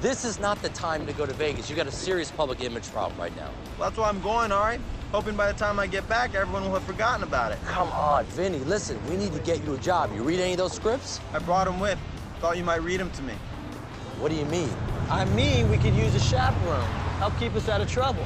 This is not the time to go to Vegas. You got a serious public image problem right now. Well, that's why I'm going, all right? Hoping by the time I get back, everyone will have forgotten about it. Come on, Vinny, listen, we need to get you a job. You read any of those scripts? I brought them with. Thought you might read them to me. What do you mean? I mean, we could use a chaperone. Help keep us out of trouble.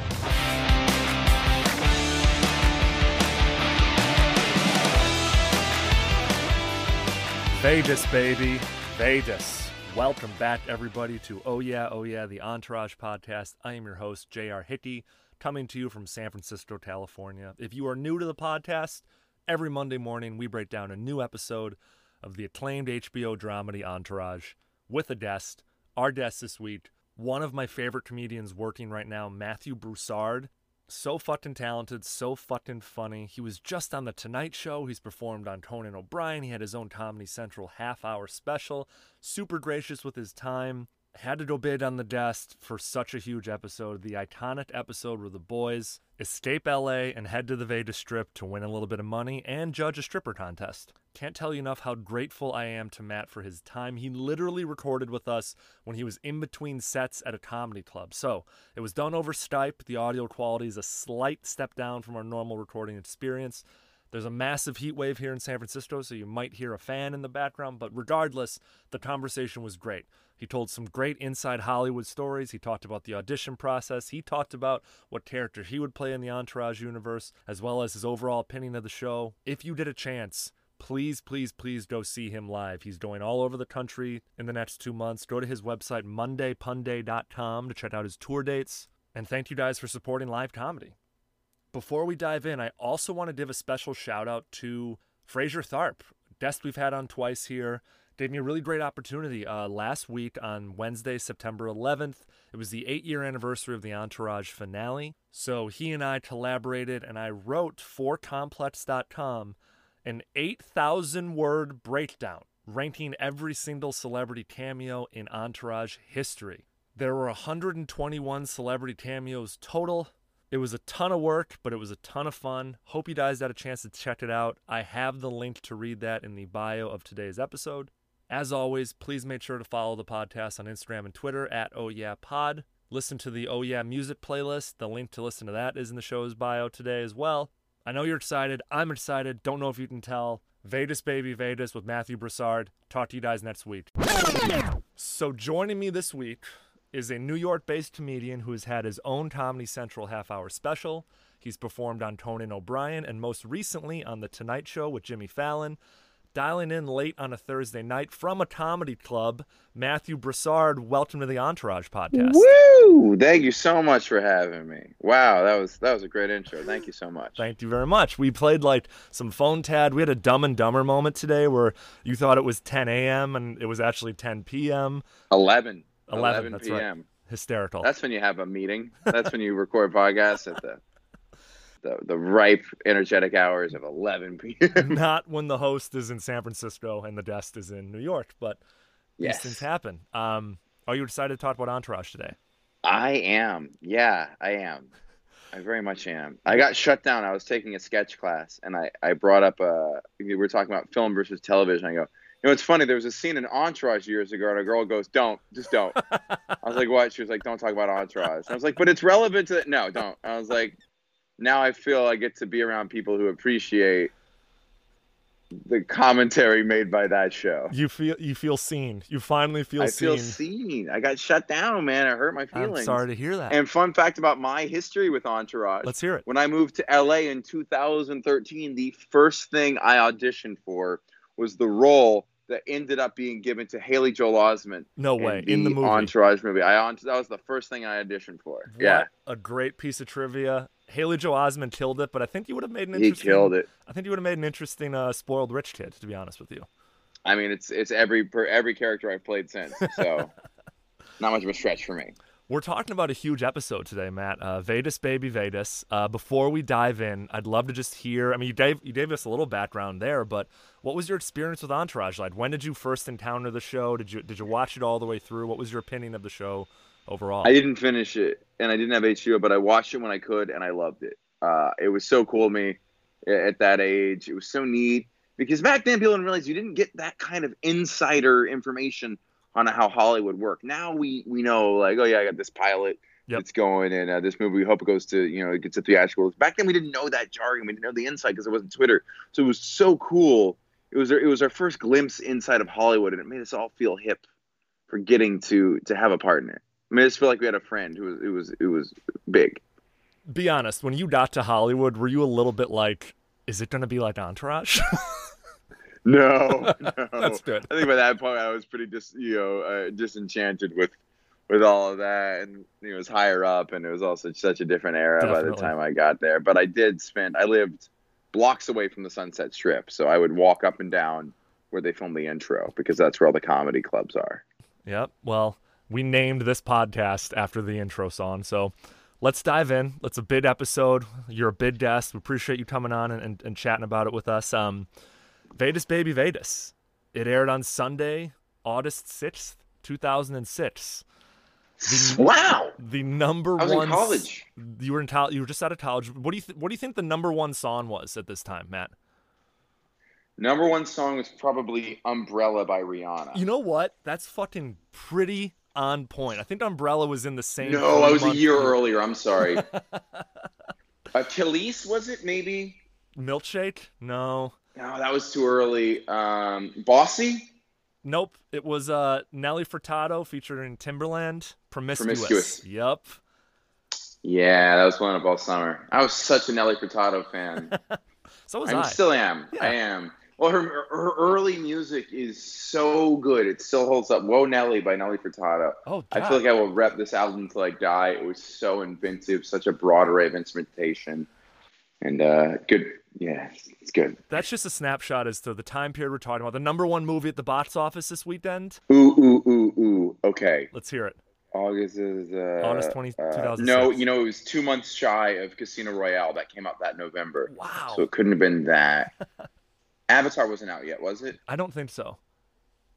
Vegas, baby. Vegas. Welcome back, everybody, to Oh Yeah, Oh Yeah, the Entourage podcast. I am your host, J.R. Hickey, coming to you from San Francisco, California. If you are new to the podcast, every Monday morning we break down a new episode of the acclaimed HBO dramedy Entourage with a guest. Our guest this week, one of my favorite comedians working right now, Matthew Broussard so fucking talented, so fucking funny. He was just on the Tonight Show. He's performed on Conan O'Brien. He had his own Comedy Central half hour special. Super gracious with his time. Had to go bid on the desk for such a huge episode. The iconic episode where the boys escape LA and head to the Vegas Strip to win a little bit of money and judge a stripper contest. Can't tell you enough how grateful I am to Matt for his time. He literally recorded with us when he was in between sets at a comedy club. So it was done over Skype. The audio quality is a slight step down from our normal recording experience. There's a massive heat wave here in San Francisco, so you might hear a fan in the background, but regardless, the conversation was great. He told some great inside Hollywood stories. He talked about the audition process. He talked about what character he would play in the Entourage universe, as well as his overall opinion of the show. If you get a chance, please, please, please go see him live. He's going all over the country in the next two months. Go to his website, mondaypunday.com, to check out his tour dates. And thank you guys for supporting live comedy. Before we dive in, I also want to give a special shout out to Fraser Tharp, guest we've had on twice here. Gave me a really great opportunity uh, last week on Wednesday, September 11th. It was the eight year anniversary of the Entourage finale. So he and I collaborated, and I wrote for Complex.com an 8,000 word breakdown ranking every single celebrity cameo in Entourage history. There were 121 celebrity cameos total. It was a ton of work, but it was a ton of fun. Hope you guys had a chance to check it out. I have the link to read that in the bio of today's episode. As always, please make sure to follow the podcast on Instagram and Twitter at Oh Yeah Pod. Listen to the Oh Yeah music playlist. The link to listen to that is in the show's bio today as well. I know you're excited. I'm excited. Don't know if you can tell. Vegas Baby Vegas with Matthew Broussard. Talk to you guys next week. So, joining me this week is a New York based comedian who has had his own Comedy Central half hour special. He's performed on Conan O'Brien and most recently on The Tonight Show with Jimmy Fallon. Dialing in late on a Thursday night from a comedy club, Matthew Broussard, welcome to the Entourage podcast. Woo! Thank you so much for having me. Wow, that was that was a great intro. Thank you so much. Thank you very much. We played like some phone tag. We had a dumb and dumber moment today where you thought it was 10 a.m. and it was actually 10 p.m. 11, 11, that's right. Oh. p.m. Hysterical. That's when you have a meeting. That's when you record podcasts at the, the the ripe, energetic hours of 11 p.m. Not when the host is in San Francisco and the guest is in New York, but these things yes, happen. Um, are you excited to talk about Entourage today? I am. Yeah, I am. I very much am. I got shut down. I was taking a sketch class, and I I brought up uh we were talking about film versus television. I go. You know, it's funny. There was a scene in Entourage years ago, and a girl goes, "Don't, just don't." I was like, what? She was like, don't talk about entourage. I was like, but it's relevant to No, don't. I was like, now I feel I get to be around people who appreciate the commentary made by that show. You feel you feel seen. You finally feel I seen. feel seen. I got shut down, man. It hurt my feelings. I'm sorry to hear that. And fun fact about my history with Entourage. Let's hear it. When I moved to LA in 2013, the first thing I auditioned for was the role that ended up being given to Haley Joel Osment No in way. In the movie. Entourage movie. I on, that was the first thing I auditioned for. What yeah, a great piece of trivia. Haley Joel Osment killed it, but I think you would have made an he interesting. killed it. I think you would have made an interesting uh, spoiled rich kid, to be honest with you. I mean, it's it's every per every character I've played since, so not much of a stretch for me. We're talking about a huge episode today, Matt. Uh, Vedas, baby Vedas. Uh, before we dive in, I'd love to just hear. I mean, you gave you gave us a little background there, but what was your experience with Entourage like? When did you first encounter the show? Did you did you watch it all the way through? What was your opinion of the show overall? I didn't finish it, and I didn't have HBO, but I watched it when I could, and I loved it. Uh, it was so cool to me a- at that age. It was so neat because back then people didn't realize you didn't get that kind of insider information on how Hollywood worked. Now we we know like oh yeah I got this pilot. Yep. It's going and uh, this movie we hope it goes to you know it gets to theatricals. Back then we didn't know that jargon. We didn't know the inside because it wasn't Twitter. So it was so cool. It was our, it was our first glimpse inside of Hollywood and it made us all feel hip for getting to to have a partner. I mean, I just feel like we had a friend who was it was it was big. Be honest, when you got to Hollywood, were you a little bit like, is it going to be like Entourage? No, no. That's good. I think by that point I was pretty dis, you know, uh, disenchanted with with all of that, and it was higher up, and it was also such a different era by the Definitely. time I got there. But I did spend. I lived blocks away from the Sunset Strip, so I would walk up and down where they filmed the intro because that's where all the comedy clubs are. Yep. Well, we named this podcast after the intro song. So let's dive in. It's a bid episode. You're a bid guest. We appreciate you coming on and, and, and chatting about it with us. Um, Vedas Baby Vedas. It aired on Sunday, August 6th, 2006. Wow, The number I was in one. college. You were in college. You were just out of college. What do you th- What do you think the number one song was at this time, Matt? number one song was probably "Umbrella" by Rihanna. You know what? That's fucking pretty on point. I think Umbrella was in the same. No, I was a three-month year period. earlier. I'm sorry. Achilles was it? Maybe. Milkshake? No. No, that was too early. Um, Bossy, Nope. It was uh Nelly Furtado featuring Timberland. Promiscuous. Promiscuous. Yep. yeah, that was one up all summer. I was such a Nelly Furtado fan. So was I I. still am. Yeah. I am. Well, her her early music is so good; it still holds up. Whoa, Nelly by Nelly Furtado. oh god. I feel like I will rep this album till I die. It was so inventive, such a broad array of instrumentation, and uh, good. Yeah, it's good. That's just a snapshot as to the time period we're talking about. The number one movie at the box office this weekend. Ooh, ooh, ooh, ooh. Okay. Let's hear it. August is uh, August 20 uh, 2006. No, you know it was two months shy of Casino Royale that came out that November, Wow. so it couldn't have been that. Avatar wasn't out yet, was it? I don't think so.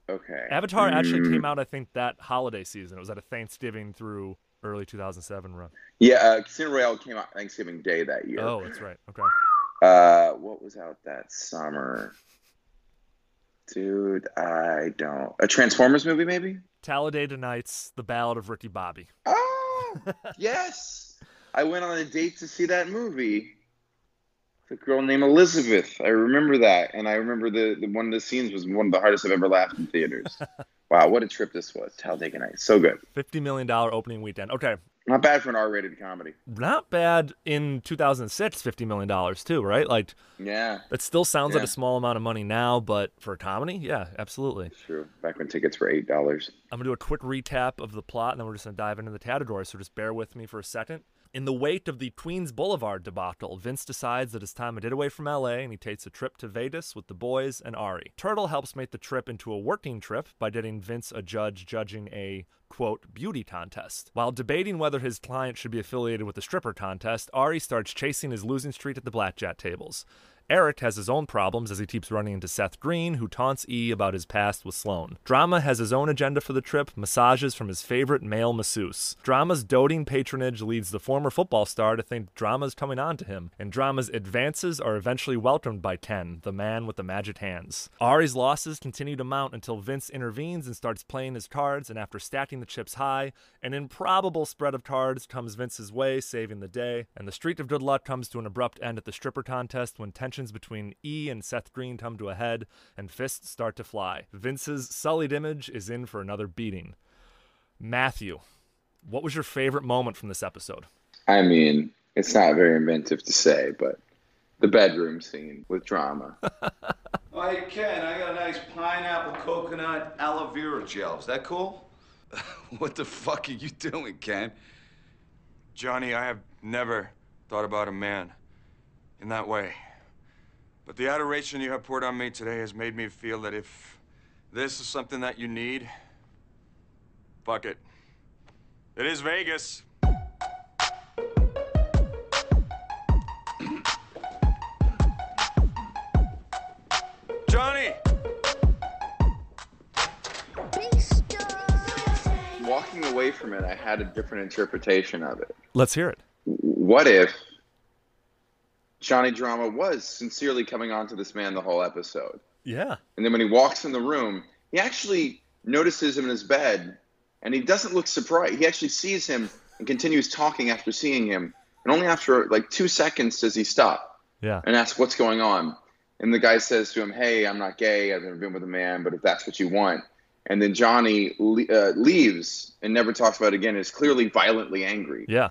Okay. Avatar actually Mm. came out I think that holiday season. It was at a Thanksgiving through early 2007 run. Yeah, uh, Casino Royale came out Thanksgiving Day that year. Oh, that's right. Okay. Uh, what was out that summer? Dude, I don't. A Transformers movie, maybe? Talladega Nights, The Ballad of Ricky Bobby. Oh, yes. I went on a date to see that movie. The girl named Elizabeth. I remember that, and I remember the, the one of the scenes was one of the hardest I've ever laughed in theaters. wow, what a trip this was! Talladega Nights, so good. 50 million dollar opening weekend. Okay. Not bad for an R-rated comedy. Not bad in 2006, 50 million dollars too, right? Like Yeah, That still sounds like Yeah. a small amount of money now, but for a comedy, yeah, absolutely. true. Back when tickets were eight dollars. I'm gonna do a quick recap of the plot, and then we're just gonna dive into the categories. So just bear with me for a second. In the wake of the Queens Boulevard debacle, Vince decides that it's time to get away from LA, and he takes a trip to Vegas with the boys and Ari. Turtle helps make the trip into a working trip by getting Vince a judge judging a quote beauty contest. While debating whether his client should be affiliated with the stripper contest, Ari starts chasing his losing streak at the blackjack tables. Eric has his own problems as he keeps running into Seth Green, who taunts E about his past with Sloan. Drama has his own agenda for the trip massages from his favorite male masseuse. Drama's doting patronage leads the former football star to think Drama's coming on to him, and Drama's advances are eventually welcomed by Ten, the man with the magic hands. Ari's losses continue to mount until Vince intervenes and starts playing his cards, and after stacking the chips high, an improbable spread of cards comes Vince's way, saving the day, and the streak of good luck comes to an abrupt end at the stripper contest when tensions between E and Seth Green come to a head and fists start to fly. Vince's sullied image is in for another beating. Matthew, what was your favorite moment from this episode? I mean, it's not very inventive to say, but the bedroom scene with drama. Oh, hey, Ken, I got a nice pineapple coconut aloe vera gel. Is that cool? what the fuck are you doing, Ken? Johnny, I have never thought about a man in that way. But the adoration you have poured on me today has made me feel that if this is something that you need, fuck it. It is Vegas. Johnny! Walking away from it, I had a different interpretation of it. Let's hear it. What if Johnny Drama was sincerely coming on to this man the whole episode? Yeah. And then when he walks in the room, he actually notices him in his bed, and he doesn't look surprised. He actually sees him and continues talking after seeing him. And only after like two seconds does he stop Yeah. and ask what's going on. And the guy says to him, "Hey, I'm not gay. I've never been with a man, but if that's what you want." And then Johnny le- uh, leaves and never talks about it again. Is clearly violently angry Yeah.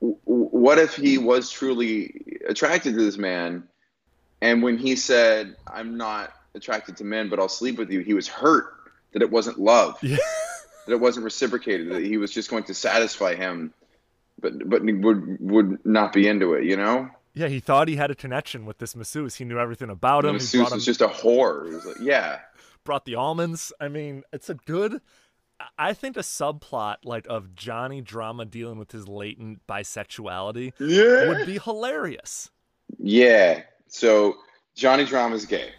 w- what if he was truly attracted to this man and when he said i'm not attracted to men but i'll sleep with you he was hurt that it wasn't love Yeah. that it wasn't reciprocated that he was just going to satisfy him but but he would would not be into it you know Yeah. He thought he had a connection with this masseuse. He knew everything about him. and He brought, Seuss him, was just a whore He was like, yeah brought the almonds. I mean, it's a good. I- I think the subplot like of Johnny drama dealing with his latent bisexuality yeah would be hilarious. yeah so johnny drama's gay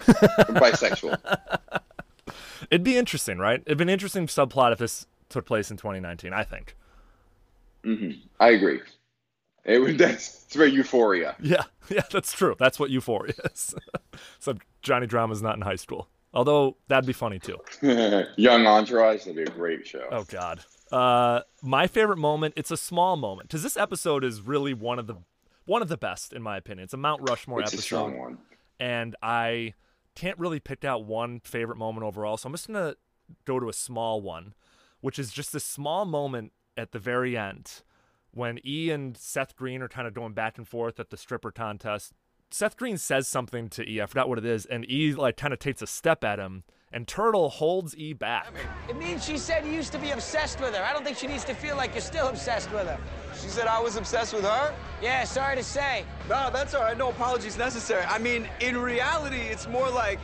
bisexual It'd be interesting, right? It'd be an interesting subplot if this took place in 2019. I think. i agree it would that's it's very euphoria Yeah, yeah, that's true. That's what Euphoria is. Except Johnny Drama's not in high school. Although that'd be funny too. young entourage that'd be a great show Oh God. Uh, my favorite moment. It's a small moment because this episode is really one of the one of the best in my opinion. It's a Mount Rushmore It's a strong episode, one. and I can't really pick out one favorite moment overall. So I'm just gonna go to a small one, which is just a small moment at the very end when E and Seth Green are kind of going back and forth at the stripper contest. Seth Green says something to E. I forgot what it is, and E like kind of takes a step at him, and Turtle holds E back. It means she said you used to be obsessed with her. I don't think she needs to feel like you're still obsessed with her. She said I was obsessed with her? Yeah, sorry to say. No, that's all right. No apologies necessary. I mean, in reality, it's more like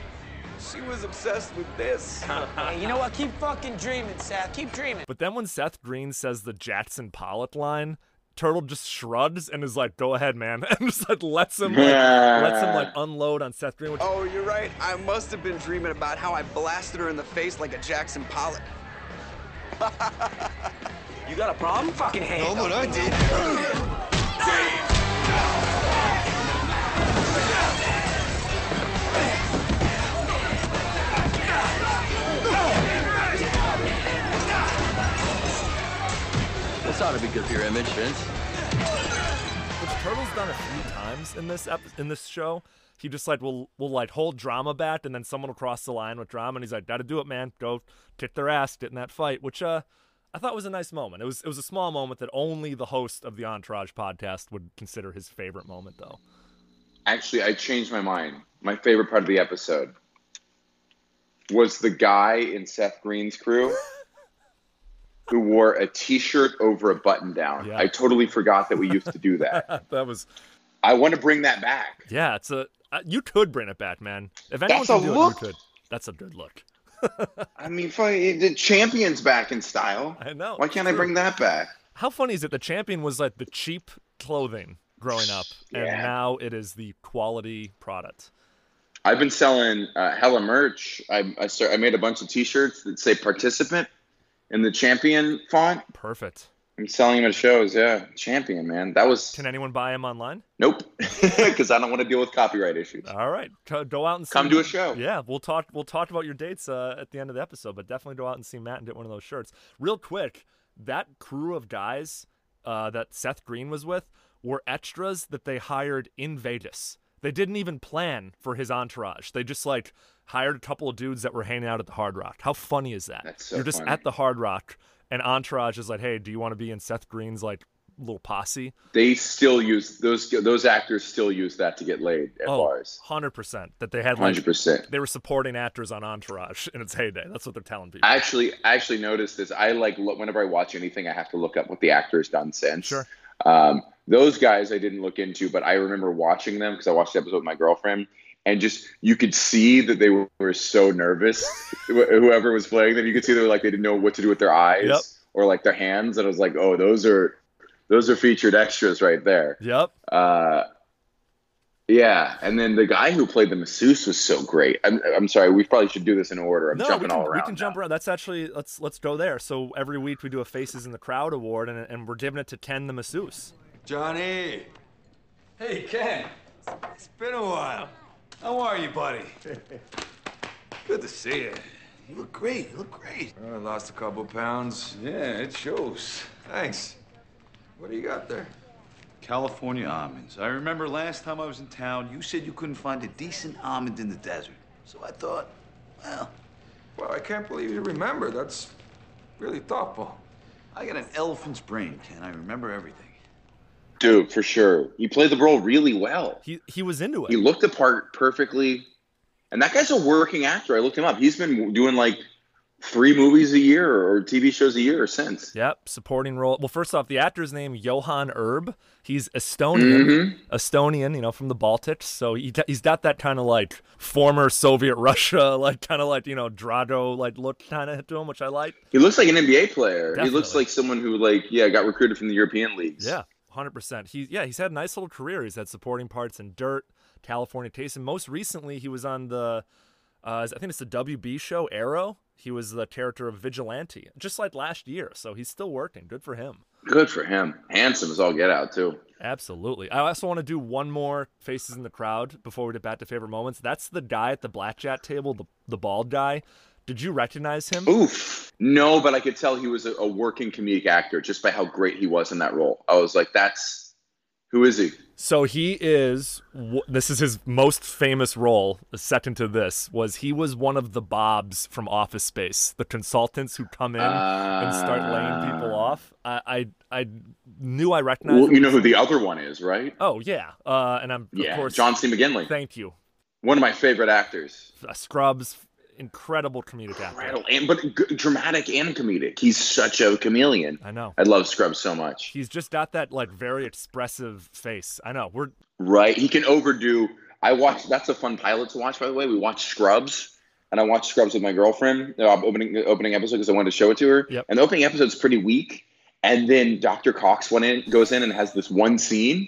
she was obsessed with this. Hey, you know what? Keep fucking dreaming, Seth. Keep dreaming. But then when Seth Green says the Jackson Pollock line, Turtle just shrugs and is like, "Go ahead, man," and just like lets him like, lets him like unload on Seth Green. Which, Oh, you're right. I must have been dreaming about how I blasted her in the face like a Jackson Pollock. You got a problem? Fucking handle. but I did. This ought to be good for your image, Vince. which Turtle's done a few times in this ep- in this show. He just like will will like hold drama back, and then someone will cross the line with drama, and he's like, "Gotta do it, man. Go kick their ass, get in that fight." Which uh, I thought was a nice moment. It was it was a small moment that only the host of the Entourage podcast would consider his favorite moment, though. Actually, I changed my mind. My favorite part of the episode was the guy in Seth Green's crew who wore a T-shirt over a button-down. Yeah. I totally forgot that we used to do that. that was I want to bring that back. Yeah, it's a uh, you could bring it back, man. If anyone That's can a do look. it, you could. That's a good look. I mean, fucking, the champion's back in style. I know, Why it's can't I true. bring that back? How funny is it? The champion was like the cheap clothing growing up, and Yeah. now it is the quality product. I've been selling uh, hella merch. I I, start, I made a bunch of T-shirts that say "participant" in the champion font. Perfect. I'm selling them at shows. Yeah, champion, man. That was Can anyone buy him online? Nope, because I don't want to deal with copyright issues. All right, Co- go out and see Come to a show. Yeah, we'll talk. We'll talk about your dates uh, at the end of the episode, but definitely go out and see Matt and get one of those shirts. Real quick, that crew of guys uh, that Seth Green was with were extras that they hired in Vegas. They didn't even plan for his entourage. They just like hired a couple of dudes that were hanging out at the Hard Rock. How funny is that? That's so You're just funny. at the Hard Rock, and entourage is like, "Hey, do you want to be in Seth Green's like little posse?" They still use those. Those actors still use that to get laid at Oh, bars. 100 percent. That they had like Hundred percent. they were supporting actors on Entourage in its heyday. That's what they're telling people. I actually, I actually noticed this. I like look, whenever I watch anything, I have to look up what the actor's done since. Sure. Um, those guys I didn't look into, but I remember watching them because I watched the episode with my girlfriend, and just you could see that they were, were so nervous. wh- whoever was playing them, you could see they were like they didn't know what to do with their eyes Yep. or like their hands, and I was like, oh, those are those are featured extras right there. Yep. Uh, yeah, and then the guy who played the masseuse was so great. I'm, I'm sorry, we probably should do this in order. I'm no, we jumping can, all around. we can jump around. That's actually let's let's go there. So every week we do a Faces in the Crowd award, and, and we're giving it to Ken the masseuse. Johnny. Hey, Ken. It's been a while. How are you, buddy? Good to see you. You look great. You look great. Well, I lost a couple pounds. Yeah, it shows. Thanks. What do you got there? California almonds. I remember last time I was in town, you said you couldn't find a decent almond in the desert. So I thought, well, Well, I can't believe you remember. That's really thoughtful. I got an elephant's brain, Ken. I remember everything. Dude, for sure. He played the role really well. He he was into it. He looked the part perfectly. And that guy's a working actor. I looked him up. He's been doing like three movies a year or TV shows a year since. Yep, supporting role. Well, first off, the actor's name Johan Erb. He's Estonian, Mm-hmm. Estonian, you know, from the Baltics. So he he's got that kind of like former Soviet Russia, like kind of like you know Drago like look kind of to him, which I like. He looks like an NBA player. He looks Definitely. like someone who like yeah got recruited from the European leagues. Yeah, hundred percent. He yeah, he's had a nice little career. He's had supporting parts in Dirt, California Taste, and most recently he was on the uh, I think it's the WB show Arrow. He was the character of Vigilante, just like last year. So he's still working. Good for him. Good for him. Handsome as all get out too. Absolutely. I also want to do one more faces in the crowd before we get back to favorite moments. That's the guy at the blackjack table, the the bald guy. Did you recognize him? Oof. No, but I could tell he was a, a working comedic actor just by how great he was in that role. I was like, that's who is he? So he is. w- This is his most famous role, second to this, was he was one of the Bobs from Office Space, the consultants who come in and start laying people off. I I, I knew I recognized. Ah. Well, him. you know who the other one is, right? Oh yeah, uh, and I'm yeah, of course. John C. McGinley, Thank you, one of my favorite actors. Uh, Scrubs. Incredible comedic actor. Rattle and but g- dramatic and comedic. He's such a chameleon. I know. I love Scrubs so much. He's just got that like very expressive face. I know. We're Right. He can overdo. I watched. That's a fun pilot to watch, by the way. We watched Scrubs, and I watched Scrubs with my girlfriend. Uh, opening the opening episode because I wanted to show it to her. Yep. And the opening episode's pretty weak. And then Dr. Cox went in, goes in, and has this one scene,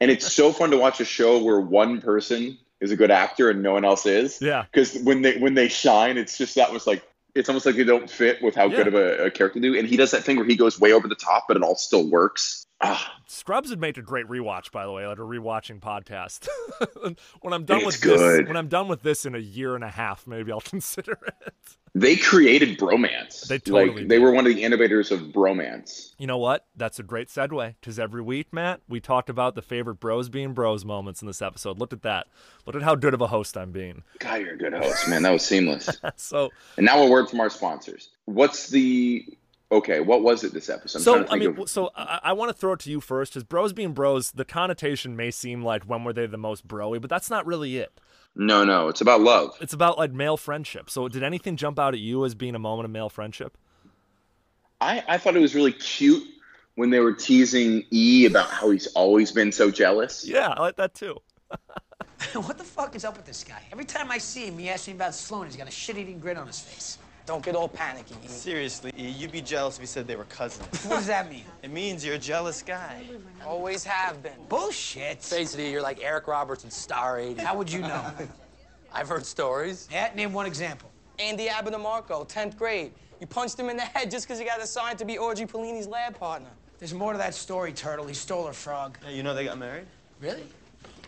and it's so fun to watch a show where one person is a good actor and no one else is. Yeah. Because when they when they shine, it's just that was like. It's almost like they don't fit with how Yeah. good of a, a character they do, and he does that thing where he goes way over the top, but it all still works. Ah, Scrubs would make a great rewatch, by the way, like a rewatching podcast. when I'm done It's with good. this, when I'm done with this in a year and a half, maybe I'll consider it. they created bromance. They totally like did. they were one of the innovators of bromance. You know what? That's a great segue because every week, Matt, we talked about the favorite bros being bros moments in this episode. Look at that. Look at how good of a host I'm being. God, you're a good host, man. That was seamless. So, and now a word from our sponsors. What's the okay? What was it this episode? I'm so trying to I mean, think w- of- so I, I want to throw it to you first because bros being bros, the connotation may seem like when were they the most broy, but that's not really it. no, no, it's about love. It's about like male friendship. So, did anything jump out at you as being a moment of male friendship? I I thought it was really cute when they were teasing E about how he's always been so jealous. Yeah, I like that too. what the fuck is up with this guy? Every time I see him, he asks me about Sloan. He's got a shit-eating grin on his face. Don't get all panicky. E. Seriously, E, you'd be jealous if you said they were cousins. What does that mean? It means you're a jealous guy. Always have been. Bullshit. Face it, you're like Eric Roberts in Star 80. How would you know? I've heard stories. yeah, name one example. Andy Abinamarco, 10th grade. You punched him in the head just because he got assigned to be Orgy Polini's lab partner. There's more to that story, Turtle. He stole her frog. Hey, you know they got married? Really?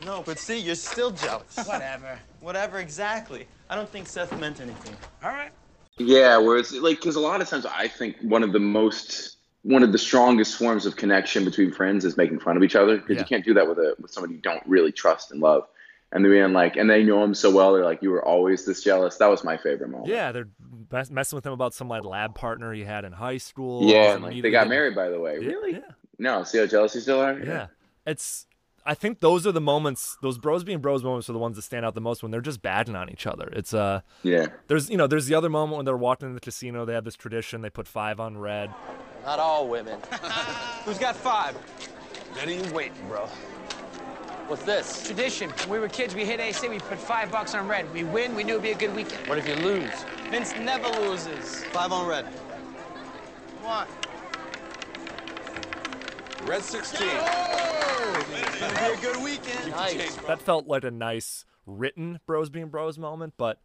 No, but see, you're still jealous. Whatever. Whatever, exactly. I don't think Seth meant anything. All right. Yeah, where it's like because a lot of times I think one of the most one of the strongest forms of connection between friends is making fun of each other because Yeah. you can't do that with a with somebody you don't really trust and love. And they're being like, and they know him so well. They're like, you were always this jealous. That was my favorite moment. Yeah, they're mess- messing with him about some like lab partner he had in high school. yeah. He's and, like, they immediately got getting- married, by the way. Yeah, Really? Yeah, No. See how jealous you still are? yeah. It's. I think those are the moments. Those bros being bros moments are the ones that stand out the most when they're just batting on each other. It's uh, Yeah. there's you know, there's the other moment when they're walking in the casino. They have this tradition. They put five on red. Not all women. Who's got five? None of you waiting, bro. What's this? Tradition. When we were kids, we hit AC. We put five bucks on red. We win. We knew it'd be a good weekend. What if you lose? Vince never loses. Five on red. Come on. Red 16. It's gonna be a good weekend. Nice. That felt like a nice written bros being bros moment. But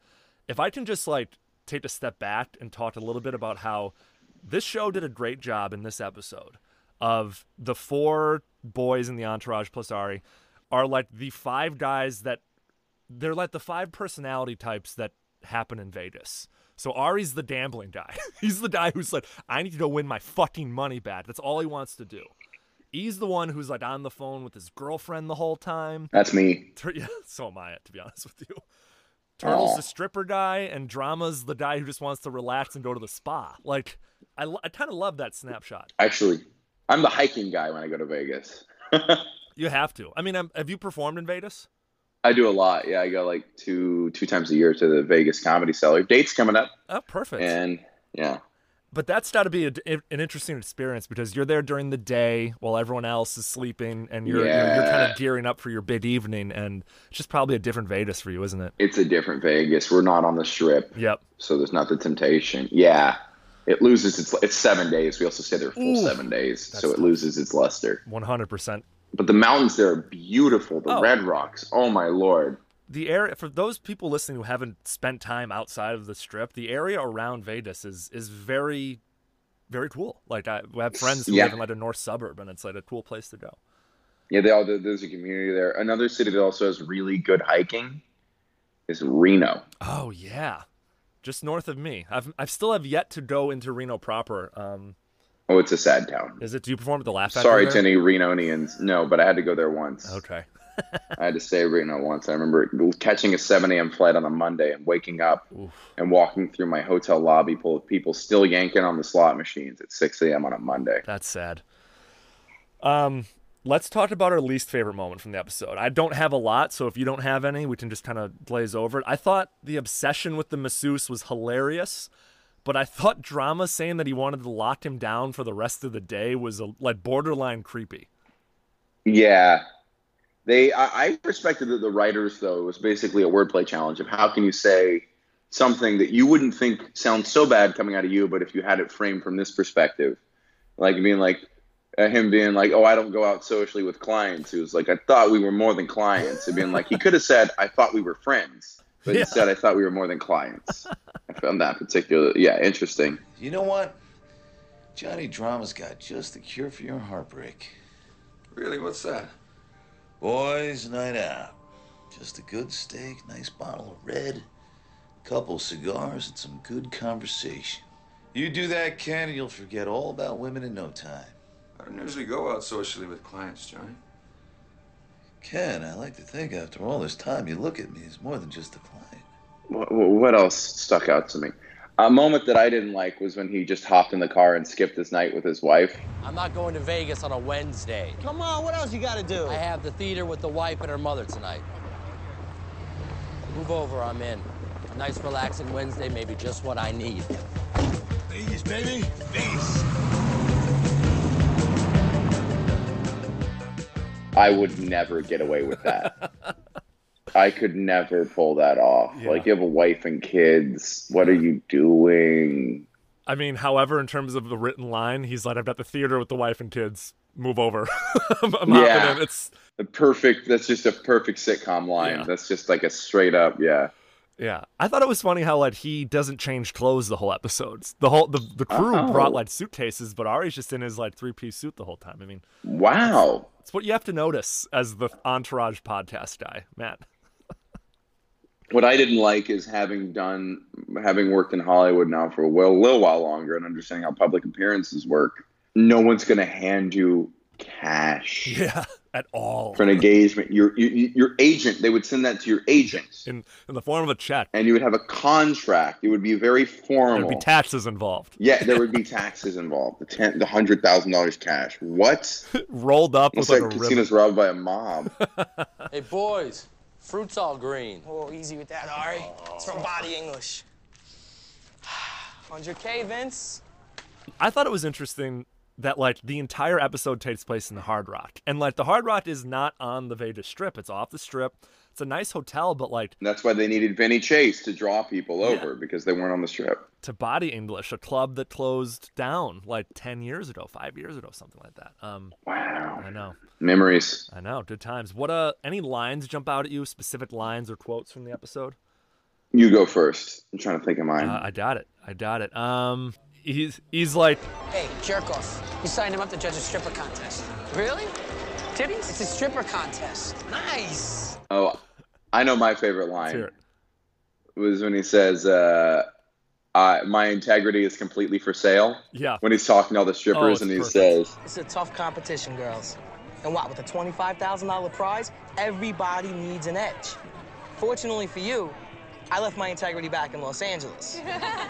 if I can just like take a step back and talk a little bit about how this show did a great job in this episode of the four boys in the entourage plus Ari are like the five guys that they're like the five personality types that happen in Vegas. So Ari's the gambling guy. He's the guy who's like, I need to go win my fucking money back. That's all he wants to do. He's the one who's like on the phone with his girlfriend the whole time. That's me. Tur- yeah, so am I, to be honest with you. Turtle's the stripper guy, and Drama's the guy who just wants to relax and go to the spa. Like, I, lo- I kind of love that snapshot. Actually, I'm the hiking guy when I go to Vegas. You have to. I mean, i have you performed in Vegas? I do a lot. Yeah, I go like two two times a year to the Vegas Comedy Cellar. Dates coming up, Oh, perfect. and yeah, But that's got to be a, an interesting experience because you're there during the day while everyone else is sleeping, and you're you're, you're kind Yeah. of gearing up for your big evening, and it's just probably a different Vegas for you, isn't it? it's a different Vegas. We're not on the Strip, Yep. so there's not the temptation. Yeah, it loses its it's seven days. We also stay there full seven days, so it loses its luster. One hundred percent. But the mountains there are beautiful. The Oh. Red Rocks. Oh my lord. The area for those people listening who haven't spent time outside of the Strip, the area around Vegas is is very, very cool. Like I we have friends who Yeah. live in like a north suburb, and it's like a cool place to go. Yeah, they all there- there's a community there. Another city that also has really good hiking is Reno. Oh yeah, just north of me. I've I've still have yet to go into Reno proper. Um, Oh, it's a sad town. is Oh, it? Do you perform at the Laugh Factory? Sorry there? to any Renonians. No, but I had to go there once. Okay. I had to stay at Reno once. I remember catching a 7 a.m. flight on a Monday and waking up and walking through my hotel lobby full of people still yanking on the slot machines at 6 a.m. on a Monday. That's sad. Um, let's talk about our least favorite moment from the episode. I don't have a lot, so if you don't have any, we can just kind of glaze over it. I thought the obsession with the masseuse was hilarious, but I thought drama saying that he wanted to lock him down for the rest of the day was a, like borderline creepy. Yeah. They I, I respected that the writers though it was basically a wordplay challenge of how can you say something that you wouldn't think sounds so bad coming out of you, but if you had it framed from this perspective, like being like uh, him being like, "Oh, I don't go out socially with clients." He was like, "I thought we were more than clients." And being like, he could have said, "I thought we were friends," but Yeah. instead, "I thought we were more than clients." I found that particular, yeah, interesting. You know what? Johnny Drama's got just the cure for your heartbreak. Really, what's that? Boys' night out. Just a good steak, nice bottle of red, couple cigars, and some good conversation. You do that, Ken, and you'll forget all about women in no time. I don't usually go out socially with clients, Johnny. Ken, I like to think after all this time, you look at me as more than just a client. What, what else stuck out to me? A moment that I didn't like was when he just hopped in the car and skipped his night with his wife. I'm not going to Vegas on a Wednesday. Come on, what else you gotta do? I have the theater with the wife and her mother tonight. Move over, I'm in. A nice relaxing Wednesday may be just what I need. I would never get away with that. I could never pull that off. Like you have a wife and kids. What are you doing? I mean, however, in terms of the written line, he's like, "I've got the theater with the wife and kids. Move over." I'm, I'm hopping Yeah. in. It's The perfect. That's just a perfect sitcom line. Yeah. That's just like a straight up. Yeah. Yeah, I thought it was funny how like he doesn't change clothes the whole episode. The whole the, the crew Oh. brought like suitcases, but Ari's just in his like three piece suit the whole time. I mean, Wow. it's what you have to notice as the entourage podcast guy, Matt. What I didn't like is having done, having worked in Hollywood now for a well, little while longer and understanding how public appearances work. No one's going to hand you cash Yeah, at all for an engagement. Your, your your agent. They would send that to your agent. in in the form of a check. and you would have a contract. It would be very There'd formal. be taxes involved, yeah, there would be taxes involved. The ten, the hundred thousand dollars cash. What? rolled up with Almost like like a ribbon. casinos robbed by a mob. Hey, boys, fruit's all green. Whoa, easy with that, Ari. It's from Body English. 100K, Vince. I thought it was interesting that like the entire episode takes place in the Hard Rock, and like the Hard Rock is not on the Vegas Strip. It's off the Strip. It's a nice hotel, but like And that's why they needed Vinny Chase to draw people over because they weren't on the strip. to Body English, a club that closed down like 10 years ago, five years ago, something like that. Um, Wow. I know, Memories. I know, good times. What uh, any lines jump out at you? Specific lines or quotes from the episode? You go first. I'm trying to think of mine. Uh, I got it, I got it. Um, he's he's like, Hey, jerk off. You signed him up to judge a stripper contest. Really? Titties? It's a stripper contest. Nice. oh, I know my favorite line here, was when he says, uh, uh, my integrity is completely for sale. Yeah. When he's talking to all the Oh, strippers it's and he perfect. says, It's a tough competition, girls. And what, with a $25,000 prize, everybody needs an edge. Fortunately for you, I left my integrity back in Los Angeles.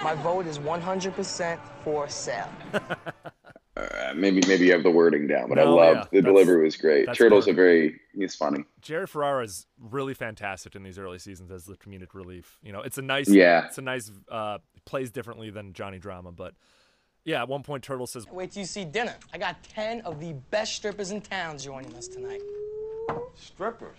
My vote is 100% for sale. uh, maybe maybe you have the wording down, but I No, love yeah, the that's- delivery was great. that's Turtle's a perfect. very he's funny. Jared Ferrara is really fantastic in these early seasons as the comedic relief. You know, it's a nice, Yeah. it's a nice uh, plays differently than Johnny Drama, but yeah, at one point Turtle says, Wait till you see dinner. I got 10 of the best strippers in town joining us tonight. Strippers?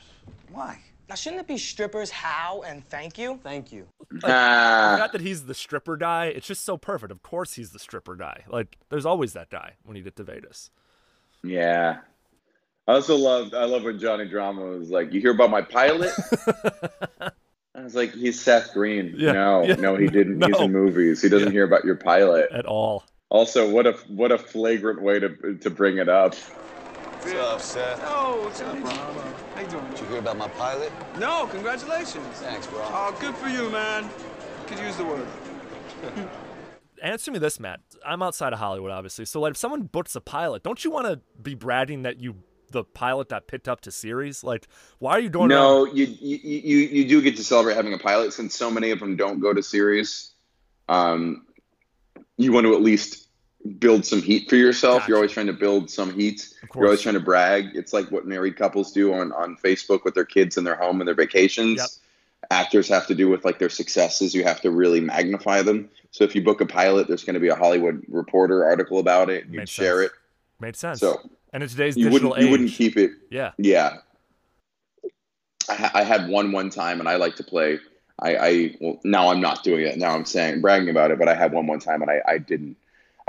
Why? Now, shouldn't it be strippers how and thank you? Thank you. the Ah, fact that he's the stripper guy, it's just so perfect. Of course he's the stripper guy. Like, there's always that guy when you get to Vegas. yeah. I also loved I love when Johnny Drama was like, "You hear about my pilot?" I was like, "He's Seth Green." Yeah, no, yeah, no, he didn't. He's no. in movies. He doesn't hear about your pilot. At all. Also, what a what a flagrant way to to bring it up. What's up, Seth? Oh, Johnny. How you doing? Did you hear about my pilot? No, congratulations. Thanks, bro. Oh, good for you, man. Could use the word. Answer me this, Matt. I'm outside of Hollywood, obviously. So, like, if someone books a pilot, don't you want to be bragging that you, the pilot that picked up to series? Like, why are you doing no, you, you you you do get to celebrate having a pilot since so many of them don't go to series. Um, you want to at least build some heat for yourself. Gotcha. You're always trying to build some heat. Of You're always course. trying to brag. It's like what married couples do on on Facebook with their kids and their home and their vacations. Yep. Actors have to do with like their successes. You have to really magnify them. So if you book a pilot, there's going to be a Hollywood Reporter article about it. You would Makes share sense. it. Made sense. So and in today's you digital wouldn't you wouldn't age. keep it yeah. yeah. I, ha- I had one one time, and I like to play. I, I well, now I'm not doing it. Now I'm saying bragging about it, but I had one one time, and I, I didn't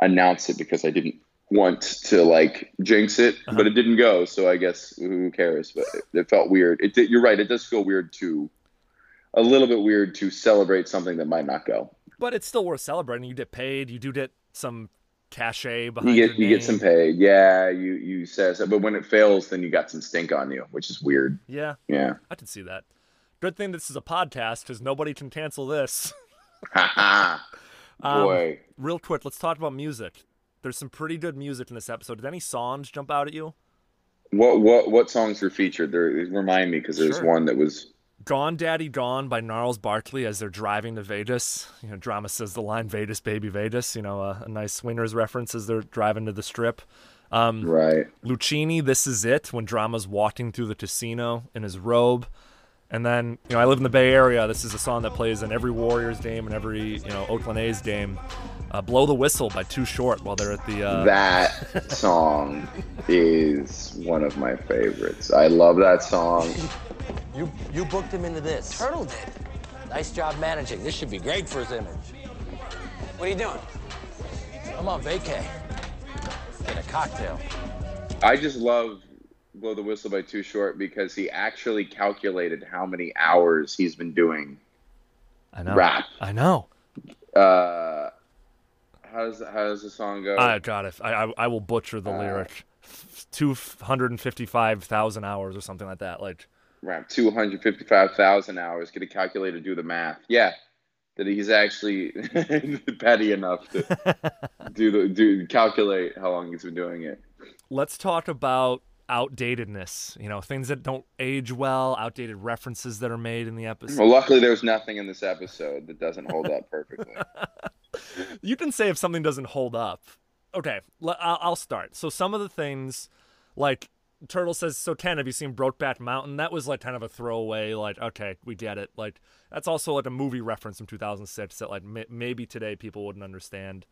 announce it because I didn't want to like jinx it. Uh-huh. But it didn't go, so I guess who cares? But it, it felt weird. It did, you're right. It does feel weird to a little bit weird to celebrate something that might not go. But it's still worth celebrating. You get paid. You do get some cachet You behind get your you get some name. pay. Yeah, you you says, but when it fails, then you got some stink on you, which is weird. Yeah, Yeah. I can see that. Good thing this is a podcast because nobody can cancel this. Ha ha. Um, Boy. Real quick, let's talk about music. There's some pretty good music in this episode. Did any songs jump out at you? What what what songs were featured? There, remind me because there's Sure. one that was. Gone Daddy Gone by Gnarls Barkley as they're driving to Vegas. You know, drama says the line Vegas, baby Vegas. You know, a, a nice swingers reference as they're driving to the strip. Um, Right. Lucchini, this is it, when Drama's walking through the casino in his robe. And then, you know, I live in the Bay Area. This is a song that plays in every Warriors game and every, you know, Oakland A's game. Uh, Blow the Whistle by Too Short while they're at the. Uh, That song is one of my favorites. I love that song. You you booked him into this. Turtle did. Nice job managing. This should be great for his image. What are you doing? I'm on vacay. Get a cocktail. I just love "Blow the Whistle" by Too Short because he actually calculated how many hours he's been doing I know. rap. I know. Uh, how does how does the song go? I got it. I, I, I will butcher the lyric. 255,000 hours or something like that. Like, Rap two hundred fifty five thousand hours. Get a calculator, do the math. Yeah. That he's actually petty enough to do the do calculate how long he's been doing it. let's talk about outdatedness. You know, things that don't age well, outdated references that are made in the episode. Well, luckily there's nothing in this episode that doesn't hold up perfectly. you can say if something doesn't hold up. Okay, l- I'll I'll start. So some of the things, like Turtle says, so Ken, have you seen Brokeback Mountain? That was like kind of a throwaway. Like, okay, we get it. Like that's also like a movie reference from 2006 that like may maybe today people wouldn't understand.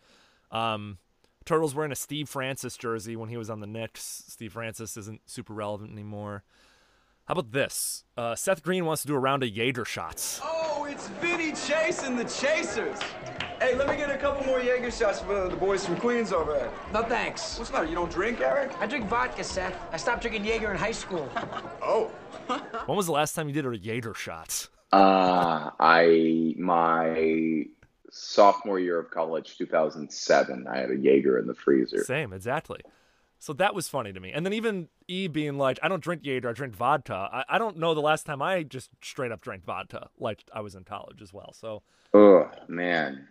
Um, Turtle's wearing a Steve Francis jersey when he was on the Knicks. Steve Francis isn't super relevant anymore. How about this? Uh, Seth Green wants to do a round of Jaeger shots. Oh, it's Vinny Chase and the Chasers. Hey, let me get a couple more Jaeger shots for the boys from Queens over there. No thanks. What's the matter? You don't drink, Eric? I drink vodka, Seth. I stopped drinking Jaeger in high school. Oh. When was the last time you did a Jaeger shot? Uh, I my sophomore year of college, 2007, I had a Jaeger in the freezer. Same, exactly. So that was funny to me. And then even E being like, I don't drink Jaeger, I drink vodka. I, I don't know the last time I just straight up drank vodka, like I was in college as well. So Oh man,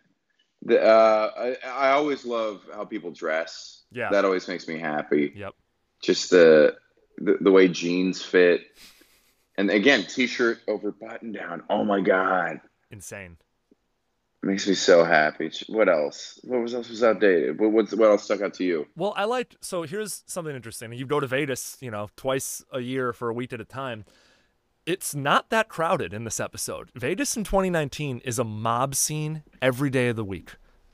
The, uh, I, I always love how people dress. Yeah. That always makes me happy. Yep. Just the the, the way jeans fit, and again, t-shirt over button down. Oh my god, Insane. makes me so happy. What else? What was else was outdated? What what's, what else stuck out to you? Well, I liked. So here's something interesting. You go to Vegas, you know, twice a year for a week at a time. It's not that crowded in this episode. Vegas in 2019 is a mob scene every day of the week,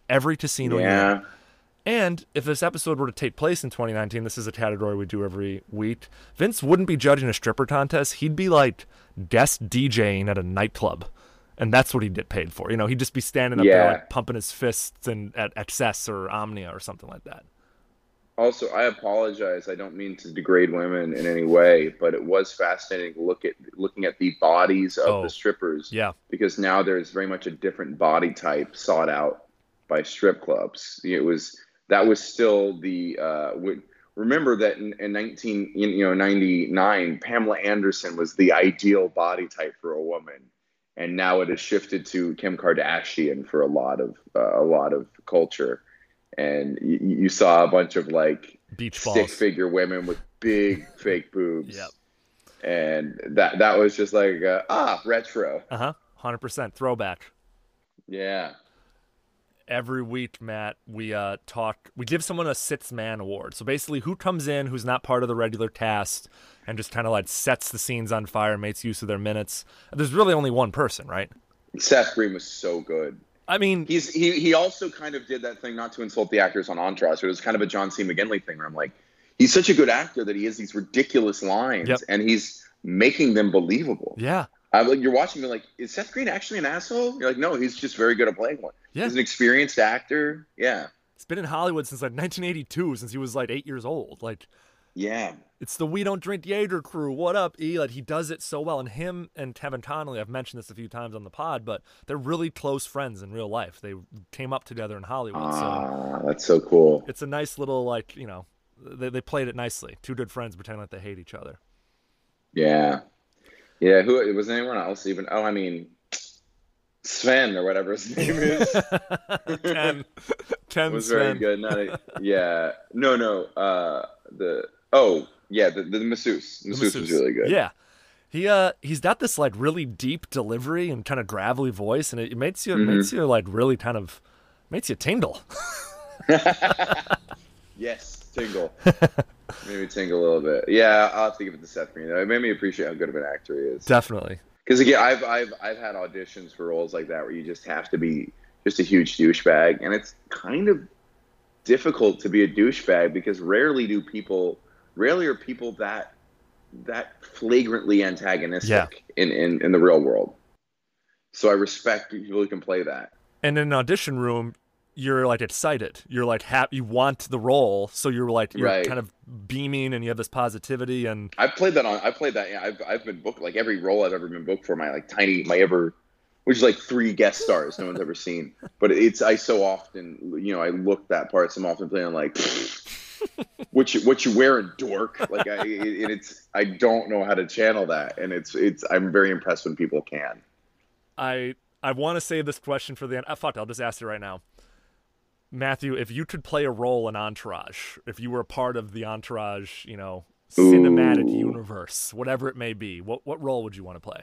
every casino you Yeah. and if this episode were to take place in 2019, this is a category we do every week. Vince wouldn't be judging a stripper contest. He'd be like desk DJing at a nightclub. And that's what he'd get paid for. You know, he'd just be standing up there Yeah. like pumping his fists and at Excess or Omnia or something like that. Also, I apologize. I don't mean to degrade women in any way, but it was fascinating to look at looking at the bodies of Oh, the strippers. yeah. Because now there's very much a different body type sought out by strip clubs. It was that was still the uh, would, remember that in, in nineteen in, you know ninety nine, Pamela Anderson was the ideal body type for a woman, and now it has shifted to Kim Kardashian for a lot of uh, a lot of culture. And you, you saw a bunch of like Beach stick balls. figure women with big fake boobs. Yep. And that that was just like uh, ah retro. Uh huh. 100% throwback. Yeah. every week, Matt, we uh, talk. We give someone a six man award. So basically, who comes in, who's not part of the regular cast, and just kind of like sets the scenes on fire, makes use of their minutes. There's really only one person, right? Seth Green was so good. I mean, He's he he also kind of did that thing not to insult the actors on Entourage, but it was kind of a John C. McGinley thing where I'm like, he's such a good actor that he has these ridiculous lines Yep. and he's making them believable. yeah, I'm like, you're watching, you're like, is Seth Green actually an asshole? You're like, no, he's just very good at playing one. Yeah. He's an experienced actor. Yeah. it's been in Hollywood since like 1982, since he was like eight years old. Like, Yeah. it's the We Don't Drink Jaeger crew. What up, E? Like, he does it so well. And him and Kevin Connolly, I've mentioned this a few times on the pod, but they're really close friends in real life. They came up together in Hollywood. so. Ah, that's so cool. it's a nice little like you know they, they played it nicely two good friends pretend like they hate each other Yeah. Yeah. Who was anyone else even? Oh, I mean, Sven or whatever his name is. ken ken was Sven. very good. Not a, yeah. No, no. Uh, the oh yeah, the the masseuse. The Masseuse was masseuse. really good. yeah he uh he's got this like really deep delivery and kind of gravelly voice and it, it makes you it makes Mm-hmm. you like really kind of makes you tingle Yes, tingle. Maybe tingle a little bit. Yeah, I'll have to give it to Seth Green. though. It made me appreciate how good of an actor he is. definitely Because again, I've I've I've had auditions for roles like that where you just have to be just a huge douchebag, and it's kind of difficult to be a douchebag because rarely do people rarely are people that that flagrantly antagonistic Yeah. in, in in the real world. So I respect people who can play that. and in an audition room you're like excited you're like happy you want the role so you're like you're Right. kind of beaming and you have this positivity and I played that on. I played that. Yeah, I've I've been booked like every role I've ever been booked for. My like tiny my ever, which is like three guest stars no one's ever seen. But it's I so often you know I look that part. So I'm often playing like, what you what you wearing, dork? Like I it, and it's I don't know how to channel that, and it's it's I'm very impressed when people can. I I want to save this question for the end. Ah, fuck, I'll just ask it right now. Matthew, if you could play a role in Entourage, if you were a part of the Entourage, you know, cinematic Ooh. universe, whatever it may be, what what role would you want to play?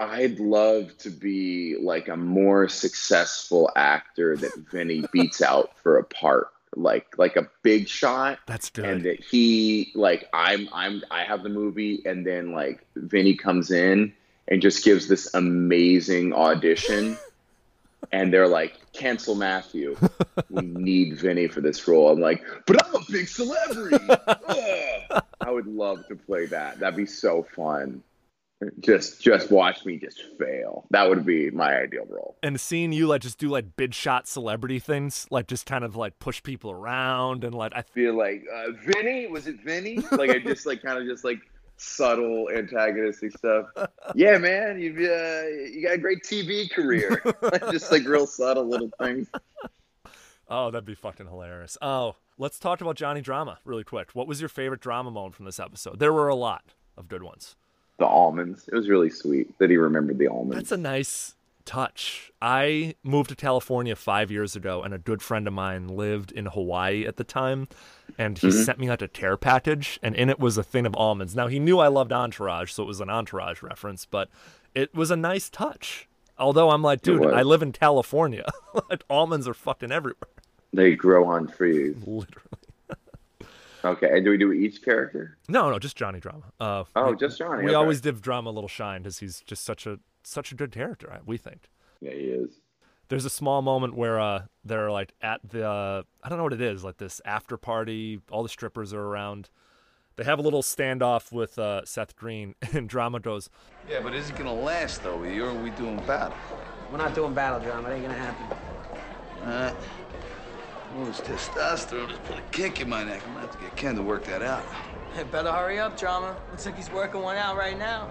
I'd love to be like a more successful actor that Vinny beats out for a part, like like a big shot. That's good. and that he like I'm I'm I have the movie and then like Vinny comes in and just gives this amazing audition and they're like cancel Matthew we need Vinny for this role I'm like but I'm a big celebrity Ugh." I would love to play that that'd be so fun just just watch me just fail that would be my ideal role And seeing you like just do like big shot celebrity things, like just kind of like push people around and like I th- feel like uh, Vinny was it Vinny? Like I just like kind of just like subtle antagonistic stuff. Yeah, man, you uh, you got a great TV career. just like real subtle little things. oh, that'd be fucking hilarious. Oh, let's talk about Johnny Drama really quick. What was your favorite drama moment from this episode? There were a lot of good ones. The almonds. It was really sweet that he remembered the almonds. That's a nice touch. I moved to California five years ago, and a good friend of mine lived in Hawaii at the time, and Mm-hmm. he sent me out a care package, and in it was a thing of almonds. Now he knew I loved Entourage, so it was an Entourage reference, but it was a nice touch. Although I'm like, dude, was. I live in California. Like, almonds are fucking everywhere, They grow on trees. literally. Okay, and do we do each character? No, no, just Johnny Drama. Uh, Oh, we- just Johnny, We okay. always give Drama a little shine because he's just such a such a good character. I- We think. Yeah, he is. there's a small moment where uh they're like at the uh, I don't know what it is like this after party all the strippers are around they have a little standoff with uh, Seth Green and Drama goes Yeah, but is it gonna last though? Or are we doing battle? We're not doing battle drama. It ain't gonna happen. Uh, all this testosterone has put a kick in my neck. I'm gonna have to get Ken to work that out. Better hurry up, drama. Looks like he's working one out right now.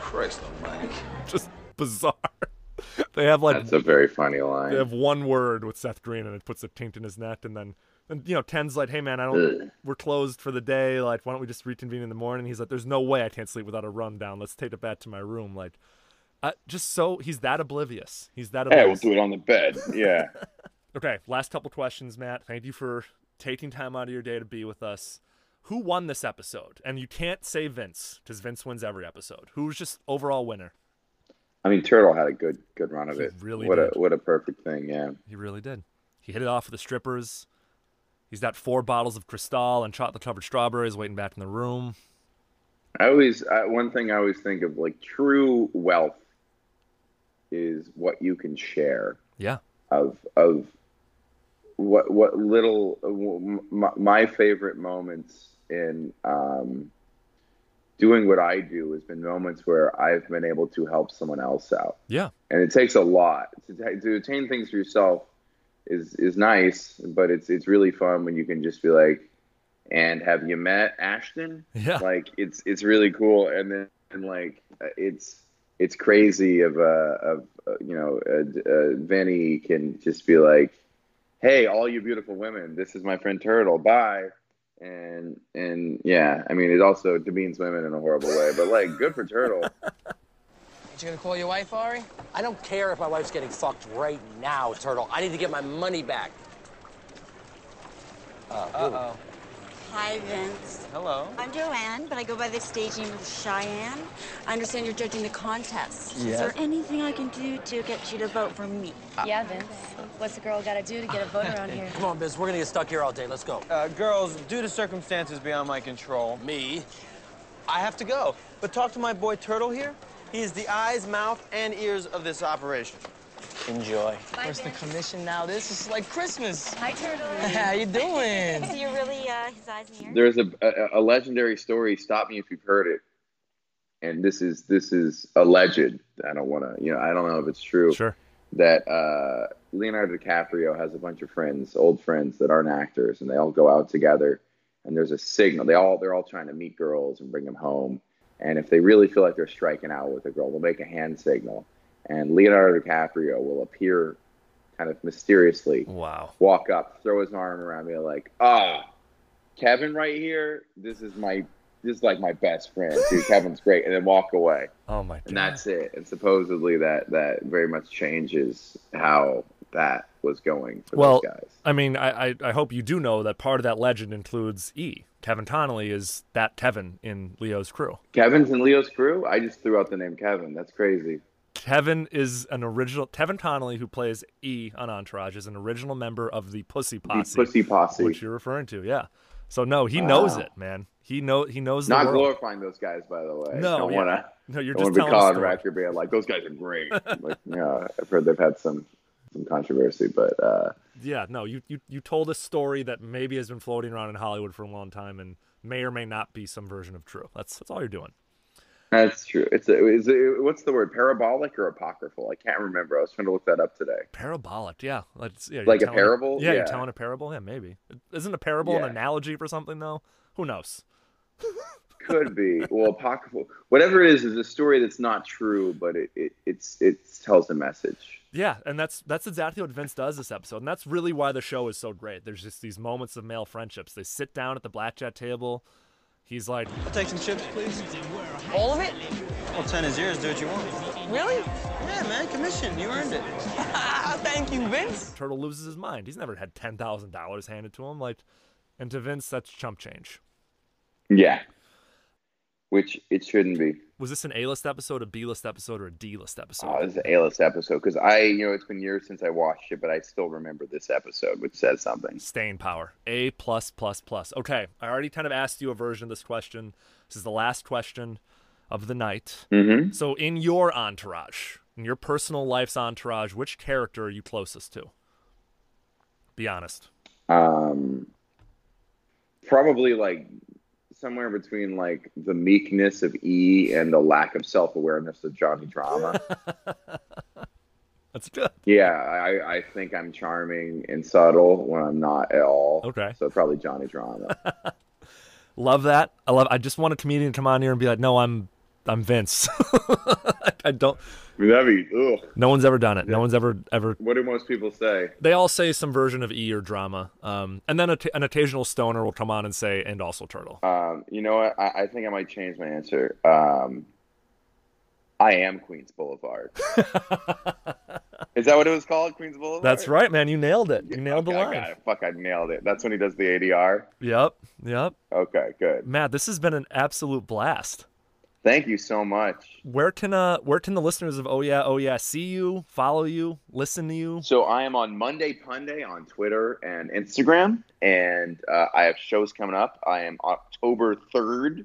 Christ almighty. just bizarre they have like That's a very funny line. they have one word with Seth Green and it puts a tint in his neck and then and you know Ten's like hey man I don't we're closed for the day like why don't we just reconvene in the morning he's like there's no way I can't sleep without a rundown let's take it back to my room like uh, just so he's that oblivious he's that Hey, oblivious. we'll do it on the bed. Yeah. Okay, last couple questions, Matt. Thank you for taking time out of your day to be with us. Who won this episode? And you can't say Vince because Vince wins every episode. Who's just overall winner? I mean, Turtle had a good good run of He it. really what did. a what a perfect thing. Yeah. He really did. He hit it off with the strippers. He's got four bottles of Cristal and chocolate covered strawberries waiting back in the room. I always I, one thing I always think of like true wealth is what you can share Yeah. of of what what little my, my favorite moments in um, doing what I do has been moments where I've been able to help someone else out, Yeah. and it takes a lot to, ta- to attain things for yourself. Is is nice, but it's it's really fun when you can just be like, and have you met Ashton? Yeah. like it's it's really cool and then and like uh, it's it's crazy of uh of uh, you know uh, uh, Vinny can just be like hey all you beautiful women this is my friend turtle bye and and yeah i mean it also demeans women in a horrible way but like good for turtle But you gonna call your wife, Ari? I don't care if my wife's getting fucked right now, Turtle. I need to get my money back. Hi, Vince. Hello. I'm Joanne, but I go by the stage name of Cheyenne. I understand you're judging the contest. Is there anything I can do to get you to vote for me? Yeah, Vince. What's a girl gotta do to get a vote around here? Come on, Biz. We're gonna get stuck here all day. Let's go. Uh, girls, due to circumstances beyond my control, Me. I have to go. But talk to my boy Turtle here. He is the eyes, mouth, and ears of this operation. Enjoy. Where's the commission now? This is like Christmas. Hi, turtle. How you doing? So you're really uh, his eyes and ears? there's a, a a legendary story stop me if you've heard it and this is this is alleged i don't want to you know i don't know if it's true Sure. that uh, Leonardo DiCaprio has a bunch of friends, old friends that aren't actors, and they all go out together. And there's a signal. They all they're all trying to meet girls and bring them home. And if they really feel like they're striking out with a girl, they'll make a hand signal, and Leonardo DiCaprio will appear, kind of mysteriously, Wow. walk up, throw his arm around me, like, ah, Kevin right here. This is my this is like my best friend. Dude, Kevin's great, and then walk away Oh, my God. and that's it. And supposedly that that very much changes how that was going for well, those guys. I mean, I, I, I hope you do know that part of that legend includes E. Kevin Connolly is that Kevin in Leo's crew. Kevin's and Leo's crew. I just threw out the name Kevin. That's crazy. Tevin is an original. Tevin Connolly, who plays E on Entourage, is an original member of the Pussy Posse. The Pussy Posse. which you're referring to, yeah. So no, he knows it, man. He know he knows Not the world. glorifying those guys, by the way. No, don't yeah. wanna. No, you're don't just wanna be telling a calling story. Racker Band like those guys are great. like, yeah, I've heard they've had some some controversy, but uh, Yeah, no, you, you you told a story that maybe has been floating around in Hollywood for a long time and may or may not be some version of true. That's that's all you're doing. that's true. It's a, is it, what's the word? Parabolic or apocryphal? I can't remember. I was trying to look that up today. Parabolic, yeah. That's, yeah you're Like a telling parable? Yeah, Yeah. you're telling a parable. Yeah, maybe. Isn't a parable an Yeah. analogy for something though? Who knows? could be well apocryphal whatever it is is a story that's not true but it, it it's it tells a message Yeah, and that's that's exactly what Vince does this episode, and that's really why the show is so great. There's just these moments of male friendships. They sit down at the blackjack table. He's like, I'll take some chips, please. All of it? Well, ten is yours. Do what you want. Really? Yeah, man, commission. You earned it. Ah, Thank you, Vince. Turtle loses his mind. He's never had ten thousand dollars handed to him. Like, and to Vince, that's chump change. Yeah. Which it shouldn't be. Was this an A-list episode, a B-list episode, or a D-list episode? Oh, this is an A-list episode because I, you know, it's been years since I watched it, but I still remember this episode, which says something. Staying power. A plus plus plus. Okay, I already kind of asked you a version of this question. This is the last question of the night. Mhm. So, in your entourage, in your personal life's entourage, which character are you closest to? Be honest. Um, probably like somewhere between like the meekness of E and the lack of self awareness of Johnny Drama. That's good. Yeah, I, I think I'm charming and subtle when I'm not at all. Okay. So probably Johnny Drama. Love that. I love. I just want a comedian to come on here and be like, "No, I'm, I'm Vince." I don't. That'd be ugh. No one's ever done it. No one's ever ever What do most people say? They all say some version of E or drama, um, and then a t- an occasional stoner will come on and say, "And also turtle." Um, you know what? I, I think I might change my answer. Um, I am Queens Boulevard. Is that what it was called, Queens Boulevard? That's right, man. You nailed it. You nailed the I line. got it. Fuck, I nailed it. That's when he does the ADR. Yep, yep. Okay, good. Matt, this has been an absolute blast. Thank you so much. Where can uh, where can the listeners of Oh Yeah Oh Yeah see you, follow you, listen to you? So I am on Monday Punday on Twitter and Instagram, and uh, I have shows coming up. I am October third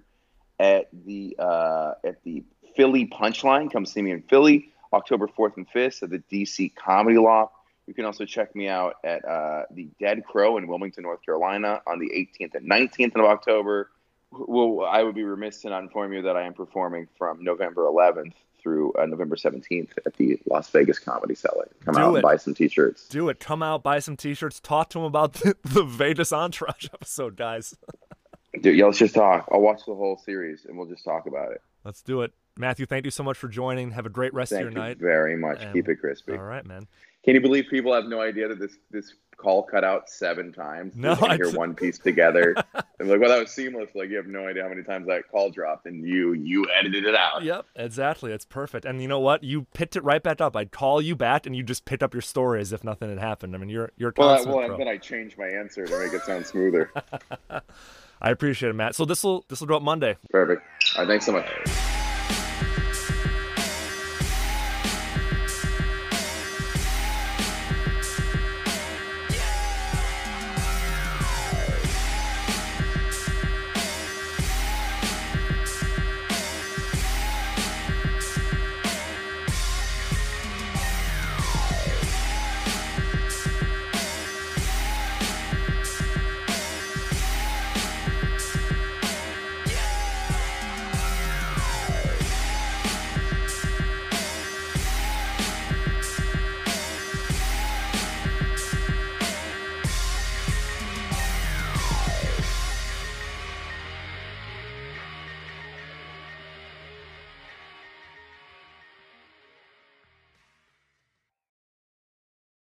at the uh, at the Philly Punchline. Come see me in Philly. October fourth and fifth at the DC Comedy Loft. You can also check me out at uh, the Dead Crow in Wilmington, North Carolina, on the 18th and 19th of October. Well, I would be remiss to not inform you that I am performing from November 11th through uh, November 17th at the Las Vegas Comedy Cellar. Come Do out it. and buy some t-shirts. Do it. Come out, buy some T-shirts, talk to them about the, the Vedas Entourage episode, guys. Dude, yeah, let's just talk. I'll watch the whole series and we'll just talk about it. Let's do it, Matthew. Thank you so much for joining. Have a great rest Thank of you your night. very much. And- Keep it crispy. All right, man. Can you believe people have no idea that this this call cut out seven times? No, I I hear d- one piece together. I'm like, well, that was seamless. Like, you have no idea how many times that call dropped, and you you edited it out. Yep, exactly. It's perfect. And you know what? You picked it right back up. I'd call you back, and you just picked up your story as if nothing had happened. I mean, you're you're a Well, I, consummate well, pro. then I changed my answer to make it sound smoother. I appreciate it, Matt. So this will this will go up Monday. Perfect. All right, thanks so much.